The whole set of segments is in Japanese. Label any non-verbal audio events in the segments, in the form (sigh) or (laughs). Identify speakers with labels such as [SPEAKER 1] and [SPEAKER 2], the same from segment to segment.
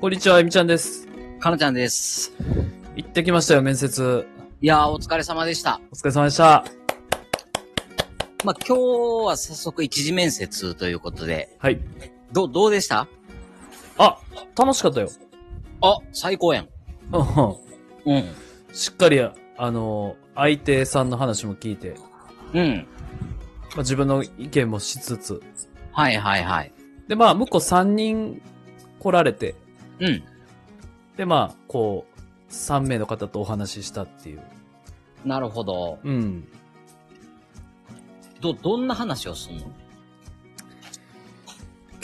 [SPEAKER 1] こんにちは、あゆみちゃんです。
[SPEAKER 2] かなちゃんです。
[SPEAKER 1] 行ってきましたよ、面接。
[SPEAKER 2] いやー、お疲れ様でした。
[SPEAKER 1] お疲れ様でした。
[SPEAKER 2] まあ、今日は早速一次面接ということで、
[SPEAKER 1] はい。
[SPEAKER 2] どう、どうでした
[SPEAKER 1] あ、楽しかったよ。
[SPEAKER 2] あ、最高やん。
[SPEAKER 1] うん
[SPEAKER 2] うん。
[SPEAKER 1] うんしっかり、あの、相手さんの話も聞いて、
[SPEAKER 2] うん。
[SPEAKER 1] まあ、自分の意見もしつつ。
[SPEAKER 2] はいはいはい。
[SPEAKER 1] で、まあ、向こう3人来られて、
[SPEAKER 2] うん。
[SPEAKER 1] で、まあ、こう、3名の方とお話ししたっていう。
[SPEAKER 2] なるほど。
[SPEAKER 1] うん。
[SPEAKER 2] ど、どんな話をすんの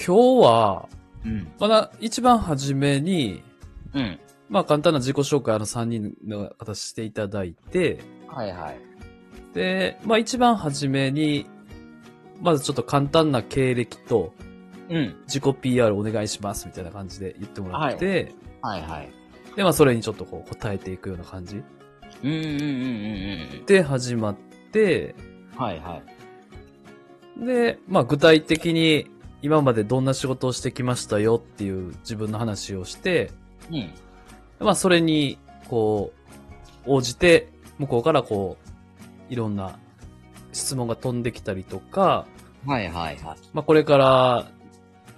[SPEAKER 1] 今日は、
[SPEAKER 2] うん。
[SPEAKER 1] まだ一番初めに、
[SPEAKER 2] うん。
[SPEAKER 1] まあ、簡単な自己紹介、あの3人の方していただいて、
[SPEAKER 2] はいはい。
[SPEAKER 1] で、まあ一番初めに、まずちょっと簡単な経歴と
[SPEAKER 2] うん。
[SPEAKER 1] 自己 PR お願いしますみたいな感じで言ってもらって、
[SPEAKER 2] はいはい。
[SPEAKER 1] で、まあそれにちょっとこう答えていくような感じ
[SPEAKER 2] うんうんうんうん
[SPEAKER 1] で始まって、
[SPEAKER 2] うん。はいはい。
[SPEAKER 1] で、まあ具体的に今までどんな仕事をしてきましたよっていう自分の話をして、
[SPEAKER 2] うん。
[SPEAKER 1] まあそれにこう応じて向こうからこういろんな質問が飛んできたりとか、
[SPEAKER 2] はいはいはい。
[SPEAKER 1] まあ、これから、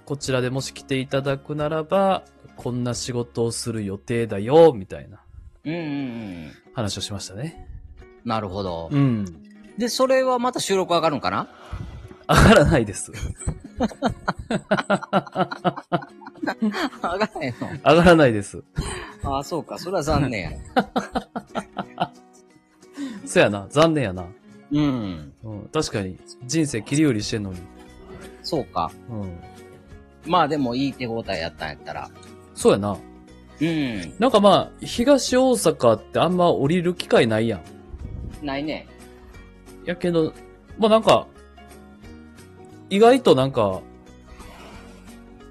[SPEAKER 1] こちらでもし来ていただくならば、こんな仕事をする予定だよ、みたいな
[SPEAKER 2] うんうんうん。
[SPEAKER 1] 話をしましたね。
[SPEAKER 2] なるほど。
[SPEAKER 1] うん。
[SPEAKER 2] で、それはまた収録上がるんかな
[SPEAKER 1] 上がらないです。
[SPEAKER 2] 上がらへんの
[SPEAKER 1] 上がらないです。
[SPEAKER 2] ああ、そうか。それは残念や。
[SPEAKER 1] そやな、残念やな。
[SPEAKER 2] うん。
[SPEAKER 1] うん、確かに、人生切り売りしてんのに。
[SPEAKER 2] そうか。
[SPEAKER 1] うん。
[SPEAKER 2] まあでもいい手応えやったんやったら。
[SPEAKER 1] そうやな。
[SPEAKER 2] うん。
[SPEAKER 1] なんかまあ、東大阪ってあんま降りる機会ないやん。
[SPEAKER 2] ないね。
[SPEAKER 1] やけど、まあなんか、意外となんか、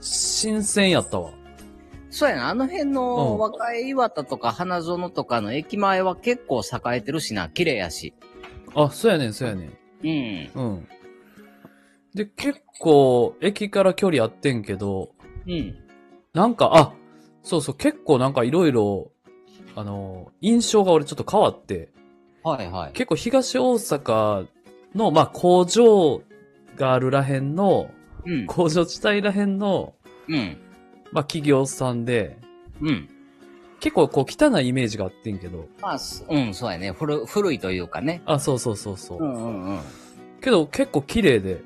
[SPEAKER 1] 新鮮やったわ。
[SPEAKER 2] そうやな。あの辺
[SPEAKER 1] う
[SPEAKER 2] の
[SPEAKER 1] ん
[SPEAKER 2] 若い岩田とか花園とかの駅前は結構栄えてるしな。綺麗やし。
[SPEAKER 1] あ、そうやねん、そうやねん。
[SPEAKER 2] うん。
[SPEAKER 1] うん。で、結構、駅から距離あってんけど、
[SPEAKER 2] うん。
[SPEAKER 1] なんか、あ、そうそう、結構なんかいろいろ、あの、印象が俺ちょっと変わって、
[SPEAKER 2] はいはい。
[SPEAKER 1] 結構東大阪の、まあ、工場があるらへんの、
[SPEAKER 2] うん。
[SPEAKER 1] 工場地帯らへんの、
[SPEAKER 2] うん。
[SPEAKER 1] まあ、企業さんで、
[SPEAKER 2] うん。
[SPEAKER 1] 結構こう汚いイメージがあってんけど、
[SPEAKER 2] まあ、すうん、そうやね。古、古いというかね。
[SPEAKER 1] あ、そうそうそうそう。
[SPEAKER 2] うんうんうん。
[SPEAKER 1] けど結構綺麗で、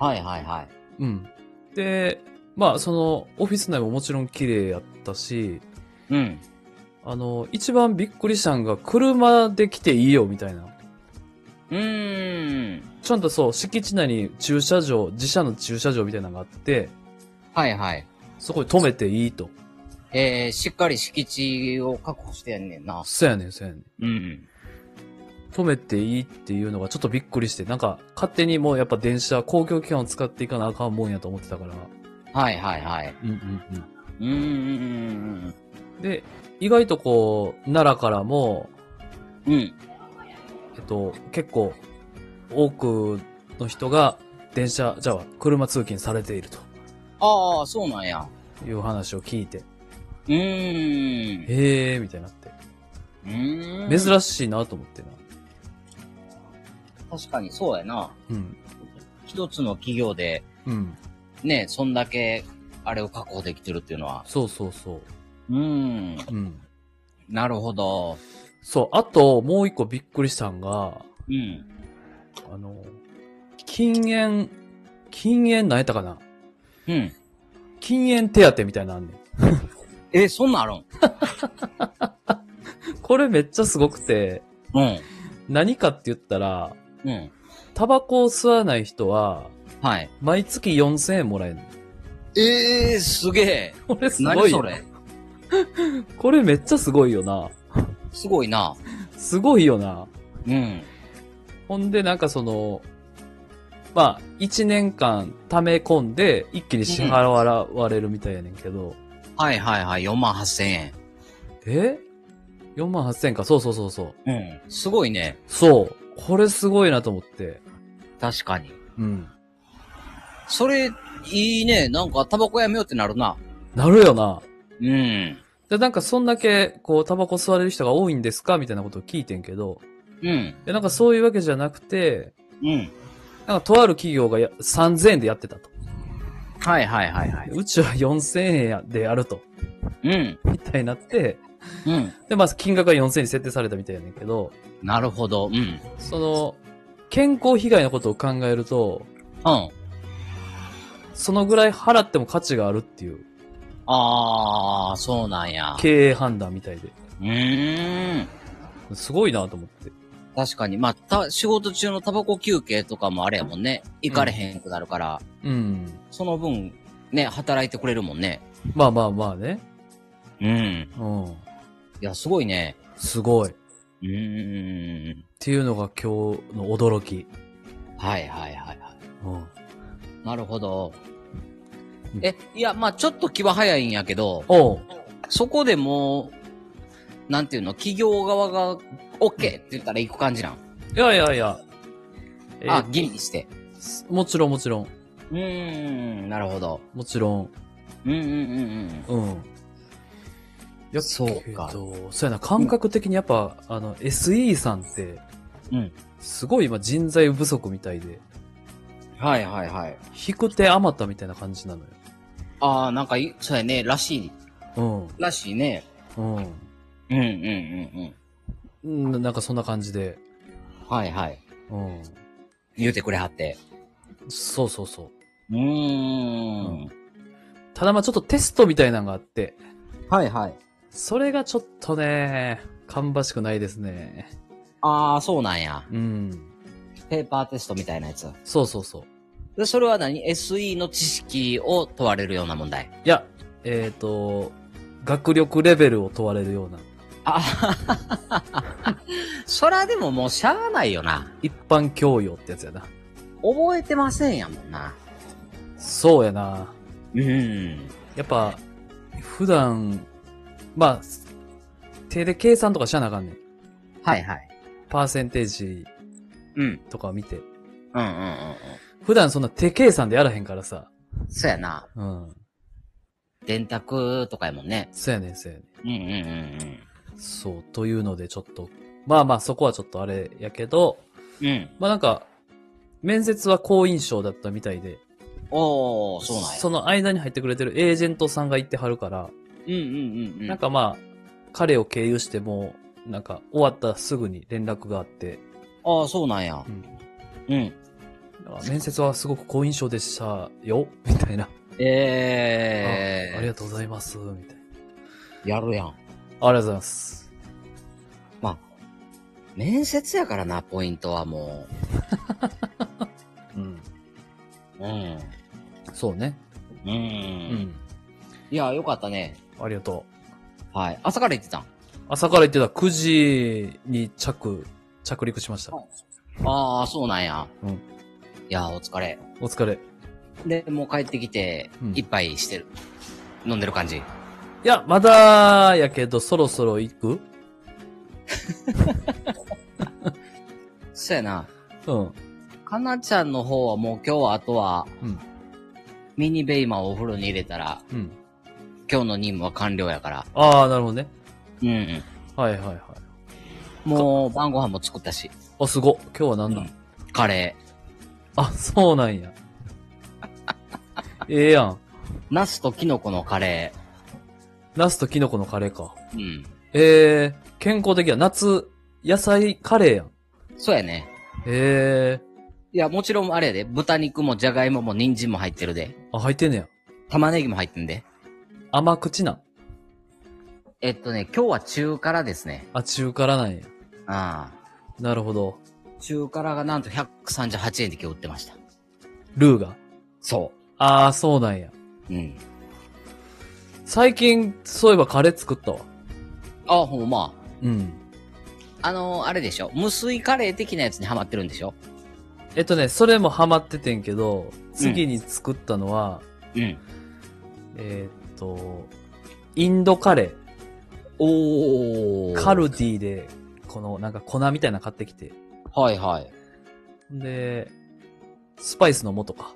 [SPEAKER 2] はいはいはい。
[SPEAKER 1] うん。で、まあ、その、オフィス内ももちろん綺麗やったし、
[SPEAKER 2] うん。
[SPEAKER 1] あの、一番びっくりしたんが、車で来ていいよ、みたいな。
[SPEAKER 2] うーん。
[SPEAKER 1] ちゃんとそう、敷地内に駐車場、自社の駐車場みたいなのがあって、
[SPEAKER 2] はいはい。
[SPEAKER 1] そこに止めていいと。
[SPEAKER 2] えー、しっかり敷地を確保してやんねんな。
[SPEAKER 1] そうやねん、そうやねん。
[SPEAKER 2] うん。
[SPEAKER 1] 止めていいっていうのがちょっとびっくりして、なんか、勝手にもうやっぱ電車、公共機関を使っていかなあかんもんやと思ってたから。
[SPEAKER 2] はいはいはい。
[SPEAKER 1] うんうん
[SPEAKER 2] うーん。
[SPEAKER 1] うん。で、意外とこう、奈良からも、
[SPEAKER 2] うん。
[SPEAKER 1] えっと、結構、多くの人が、電車、じゃあ、車通勤されていると
[SPEAKER 2] ああ、そうなんや。
[SPEAKER 1] いう話を聞いて、
[SPEAKER 2] うーん。
[SPEAKER 1] へえー、みたいになって。
[SPEAKER 2] うーん。
[SPEAKER 1] 珍しいなと思ってな。
[SPEAKER 2] 確かにそうやな。
[SPEAKER 1] うん。
[SPEAKER 2] 一つの企業で、
[SPEAKER 1] うん。
[SPEAKER 2] ね、そんだけ、あれを確保できてるっていうのは。
[SPEAKER 1] そうそうそう
[SPEAKER 2] ーん。
[SPEAKER 1] う。うん。
[SPEAKER 2] なるほど。
[SPEAKER 1] そう、あと、もう一個びっくりしたんが、
[SPEAKER 2] うん。
[SPEAKER 1] あの、禁煙、禁煙何やったかな
[SPEAKER 2] うん。
[SPEAKER 1] 禁煙手当みたいなのあんねん。
[SPEAKER 2] え、そんなんあるん
[SPEAKER 1] これめっちゃすごくて、
[SPEAKER 2] う
[SPEAKER 1] 何かって言ったら、
[SPEAKER 2] ん。うん。
[SPEAKER 1] タバコを吸わない人は、
[SPEAKER 2] はい。
[SPEAKER 1] 毎月4000円もらえるの。
[SPEAKER 2] ええー、すげえ。
[SPEAKER 1] これすご
[SPEAKER 2] 何
[SPEAKER 1] い
[SPEAKER 2] そ
[SPEAKER 1] よ。
[SPEAKER 2] れ。
[SPEAKER 1] これめっちゃすごいよな。
[SPEAKER 2] すごいな。
[SPEAKER 1] すごいよな。
[SPEAKER 2] うん。
[SPEAKER 1] ほんで、なんかその、まあ、一年間溜め込んで、一気に支払われるみたいやねんけど、
[SPEAKER 2] はいはいはい。4万8千円。
[SPEAKER 1] え ?4 万8千か、そうそうそうそう。
[SPEAKER 2] うん。すごいね。
[SPEAKER 1] そう。これすごいなと思って。
[SPEAKER 2] 確かに。
[SPEAKER 1] うん。
[SPEAKER 2] それ、いいね。なんか、タバコやめようってなるな。
[SPEAKER 1] なるよな。
[SPEAKER 2] うん。
[SPEAKER 1] で、なんかそんだけ、こう、タバコ吸われる人が多いんですかみたいなことを聞いてんけど、
[SPEAKER 2] うん。
[SPEAKER 1] で、なんかそういうわけじゃなくて、
[SPEAKER 2] うん。
[SPEAKER 1] なんかとある企業がや3000円でやってたと。
[SPEAKER 2] はいはいはいは
[SPEAKER 1] で
[SPEAKER 2] い。
[SPEAKER 1] うちは4000円やでやると。
[SPEAKER 2] うん。
[SPEAKER 1] みたいになって、
[SPEAKER 2] うん。
[SPEAKER 1] で、まあ金額が4000円に設定されたみたいやねんけど、
[SPEAKER 2] なるほど。うん。うん。
[SPEAKER 1] その、健康被害のことを考えると、
[SPEAKER 2] あ
[SPEAKER 1] そのぐらい払っても価値があるっていう
[SPEAKER 2] あー、そうなんや。
[SPEAKER 1] 経営判断みたいで。
[SPEAKER 2] うーん。
[SPEAKER 1] すごいなと思って。
[SPEAKER 2] 確かに。まあ、た、仕事中のタバコ休憩とかもあれやもんね。行かれへんくなるから、
[SPEAKER 1] うん。
[SPEAKER 2] その分、ね、働いてくれるもんね。
[SPEAKER 1] まあまあまあね。
[SPEAKER 2] うん。
[SPEAKER 1] うん。
[SPEAKER 2] いや、すごいね。
[SPEAKER 1] すごい。っ
[SPEAKER 2] うーん。
[SPEAKER 1] ていうのが今日の驚き。
[SPEAKER 2] はいはいはいは
[SPEAKER 1] うん。
[SPEAKER 2] い。なるほど
[SPEAKER 1] う。ん
[SPEAKER 2] え、いや、まあ、ちょっと気は早いんやけど、
[SPEAKER 1] おう。
[SPEAKER 2] そこでもう、なんていうの、企業側が OK って言ったら行く感じなん。
[SPEAKER 1] いやいやいや。え
[SPEAKER 2] あ、ギリにして。
[SPEAKER 1] もちろんもちろん。
[SPEAKER 2] うーん、なるほど。
[SPEAKER 1] もちろん。
[SPEAKER 2] うんうんうんうん。
[SPEAKER 1] うん。やっ
[SPEAKER 2] そうか
[SPEAKER 1] けどそうやな、感覚的にやっぱ、あの、SE さんって、
[SPEAKER 2] うん。
[SPEAKER 1] すごい今人材不足みたいで、
[SPEAKER 2] はいはいはい。
[SPEAKER 1] 引く手あまたみたいな感じなの
[SPEAKER 2] ああ、なんかい、そうやね、らしい、
[SPEAKER 1] よ。
[SPEAKER 2] らしいね。
[SPEAKER 1] うん。うん
[SPEAKER 2] うんうんうん
[SPEAKER 1] うん。なんかそんな感じで。
[SPEAKER 2] うん。はいはい。
[SPEAKER 1] うん。
[SPEAKER 2] 言うてくれはって。
[SPEAKER 1] そうそうそう。
[SPEAKER 2] うーん。
[SPEAKER 1] ただまあちょっとテストみたいなのがあって、
[SPEAKER 2] はいはい。
[SPEAKER 1] それがちょっとね、芳しくないですね。
[SPEAKER 2] ああ、そうなんや。
[SPEAKER 1] うん。
[SPEAKER 2] ペーパーテストみたいなやつ。
[SPEAKER 1] そうそうそう。
[SPEAKER 2] で、それは何 ?SE の知識を問われるような問題。
[SPEAKER 1] いや、えっ、と、学力レベルを問われるような、
[SPEAKER 2] あはははそらでももうしゃあないよな。
[SPEAKER 1] 一般教養ってやつやな。
[SPEAKER 2] 覚えてませんやもんな。
[SPEAKER 1] そうやな。
[SPEAKER 2] うん。
[SPEAKER 1] やっぱ、普段、まあ、手で計算とかしゃなあかんねん。
[SPEAKER 2] はいはい。
[SPEAKER 1] パーセンテージ
[SPEAKER 2] うん。うん
[SPEAKER 1] とかを見て。
[SPEAKER 2] うんうん
[SPEAKER 1] 普段そんな手計算でやらへんからさ。
[SPEAKER 2] うん。そうやな。
[SPEAKER 1] うん。
[SPEAKER 2] 電卓とかやもんね。
[SPEAKER 1] そうやねん、そうやね
[SPEAKER 2] うんうんうん
[SPEAKER 1] ん。そう、というのでちょっと、まあまあそこはちょっとあれやけど、
[SPEAKER 2] うん。うん。
[SPEAKER 1] まあなんか、面接は好印象だったみたいで、
[SPEAKER 2] おー、そうなんや。
[SPEAKER 1] の間に入ってくれてるエージェントさんが行ってはるから、
[SPEAKER 2] うんうんうんうん。
[SPEAKER 1] なん、かまあ、彼を経由してもう、なんか終わったらすぐに連絡があって、
[SPEAKER 2] ああ、そうなんや。うん。
[SPEAKER 1] 面接はすごく好印象でしたよ、みたいな。
[SPEAKER 2] ええー。
[SPEAKER 1] あありがとうございます、みたいな。
[SPEAKER 2] やるやん。
[SPEAKER 1] ありがとうございます。
[SPEAKER 2] まあ、面接やからな、ポイントはも
[SPEAKER 1] うん。
[SPEAKER 2] う。うん。
[SPEAKER 1] そうね。
[SPEAKER 2] うん。
[SPEAKER 1] うん。
[SPEAKER 2] いや、よかったね。
[SPEAKER 1] ありがと
[SPEAKER 2] はい。朝から行ってたん
[SPEAKER 1] う。朝から言ってた9時に着、着陸しました。
[SPEAKER 2] ああ、そうなんや。
[SPEAKER 1] うん
[SPEAKER 2] いや、お疲れ。
[SPEAKER 1] お疲れ。
[SPEAKER 2] で、もう帰ってきて
[SPEAKER 1] うん、
[SPEAKER 2] 一杯してる。飲んでる感じ。
[SPEAKER 1] いや、まだやけど、そろそろ行く
[SPEAKER 2] そうやな。
[SPEAKER 1] うん。
[SPEAKER 2] かなちゃんの方はもう今日はあとは、
[SPEAKER 1] うん
[SPEAKER 2] ミニベイマーをお風呂に入れたら、
[SPEAKER 1] うん。
[SPEAKER 2] 今日の任務は完了やから。
[SPEAKER 1] ああ、なるほどね。
[SPEAKER 2] うんうん。
[SPEAKER 1] はいはいはい。
[SPEAKER 2] もう晩ご飯も作ったし。
[SPEAKER 1] あ、すご。今日は何だ、
[SPEAKER 2] うんカレ
[SPEAKER 1] あ、そうなんや。 (laughs) ええやん。
[SPEAKER 2] ー。ナスとキノコのカレ
[SPEAKER 1] ナスとキノコのカレーか。
[SPEAKER 2] ー。うん。
[SPEAKER 1] ええ健康的や。夏、野菜カレーやん。
[SPEAKER 2] そうやね。
[SPEAKER 1] ええ
[SPEAKER 2] いや、もちろんあれやで。豚肉もじゃがいもも人参も入ってるで。
[SPEAKER 1] あ、入ってんねや。
[SPEAKER 2] 玉ねぎも入ってんで。
[SPEAKER 1] 甘口なん。
[SPEAKER 2] えっとね、今日は中辛ですね。
[SPEAKER 1] あ、中辛なんや。
[SPEAKER 2] あ
[SPEAKER 1] なるほど。
[SPEAKER 2] あ。中辛がなんと138円で今日売ってました。
[SPEAKER 1] ルーが。
[SPEAKER 2] そ
[SPEAKER 1] ああ、そうなんや。
[SPEAKER 2] う。うん。
[SPEAKER 1] 最近、そういえばカレー作ったわ。
[SPEAKER 2] あ、ほんま。
[SPEAKER 1] うん。
[SPEAKER 2] あのーあれでしょ。無水カレー的なやつにハマってるんでしょ
[SPEAKER 1] えっとね、それもハマっててんけど、次に作ったのは、
[SPEAKER 2] うん。
[SPEAKER 1] えーっと、インドカレー。
[SPEAKER 2] お
[SPEAKER 1] カ。ルディで、この、なんか粉みたいなの買ってきて。
[SPEAKER 2] はいはい。
[SPEAKER 1] で、スパイスの素か。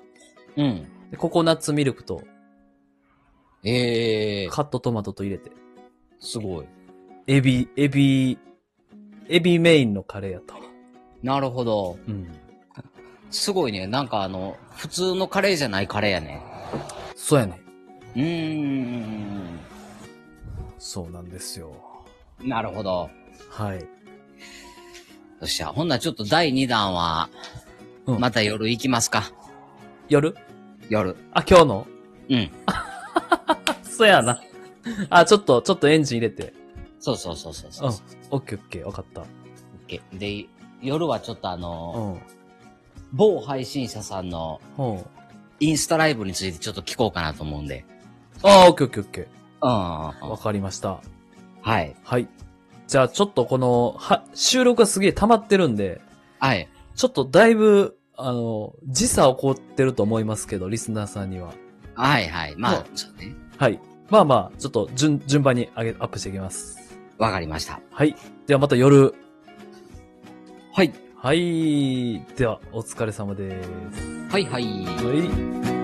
[SPEAKER 2] うん。
[SPEAKER 1] で、ココナッツミルクと、
[SPEAKER 2] ええ
[SPEAKER 1] カットトマトと入れて。
[SPEAKER 2] すごい。
[SPEAKER 1] エビ、エビ、エビメインのカレーやったわ。
[SPEAKER 2] なるほど。
[SPEAKER 1] うん。
[SPEAKER 2] すごいね。なんかあの、普通のカレーじゃないカレーやね。
[SPEAKER 1] そうやね。
[SPEAKER 2] うーん。
[SPEAKER 1] そうなんですよ。
[SPEAKER 2] なるほど。
[SPEAKER 1] はい。
[SPEAKER 2] よっしゃ。ほんならちょっと第2弾は、
[SPEAKER 1] うん
[SPEAKER 2] また夜行きますか。
[SPEAKER 1] 夜
[SPEAKER 2] 夜。
[SPEAKER 1] あ、今日の
[SPEAKER 2] うん。
[SPEAKER 1] そうやな。あ、ちょっと、ちょっとエンジン入れて。
[SPEAKER 2] そうそうそうそう
[SPEAKER 1] う
[SPEAKER 2] そ
[SPEAKER 1] ん
[SPEAKER 2] う。。
[SPEAKER 1] オッケーオッケー、わかった。
[SPEAKER 2] OK で、夜はちょっとあ
[SPEAKER 1] う
[SPEAKER 2] の、
[SPEAKER 1] ん。
[SPEAKER 2] 某配信者さんの
[SPEAKER 1] うん。
[SPEAKER 2] インスタライブについてちょっと聞こうかなと思うんで。
[SPEAKER 1] あー、オッケーオッケーオッケ
[SPEAKER 2] うん。
[SPEAKER 1] ー。わかりました。
[SPEAKER 2] はい。
[SPEAKER 1] はい。じゃあ、ちょっとこの、は、収録がすげえ溜まってるんで、
[SPEAKER 2] はい。
[SPEAKER 1] ちょっとだいぶ、あの、時差起こってると思いますけど、リスナーさんには。
[SPEAKER 2] はいはい。ま
[SPEAKER 1] そ
[SPEAKER 2] あ
[SPEAKER 1] う、
[SPEAKER 2] そうね。
[SPEAKER 1] はい。まあまあ、ちょっと順、順番に上げ、アップしていきます。
[SPEAKER 2] わかりました。
[SPEAKER 1] はい。ではまた夜。
[SPEAKER 2] はい。
[SPEAKER 1] はい。では、お疲れ様です。
[SPEAKER 2] はいはい。
[SPEAKER 1] はい。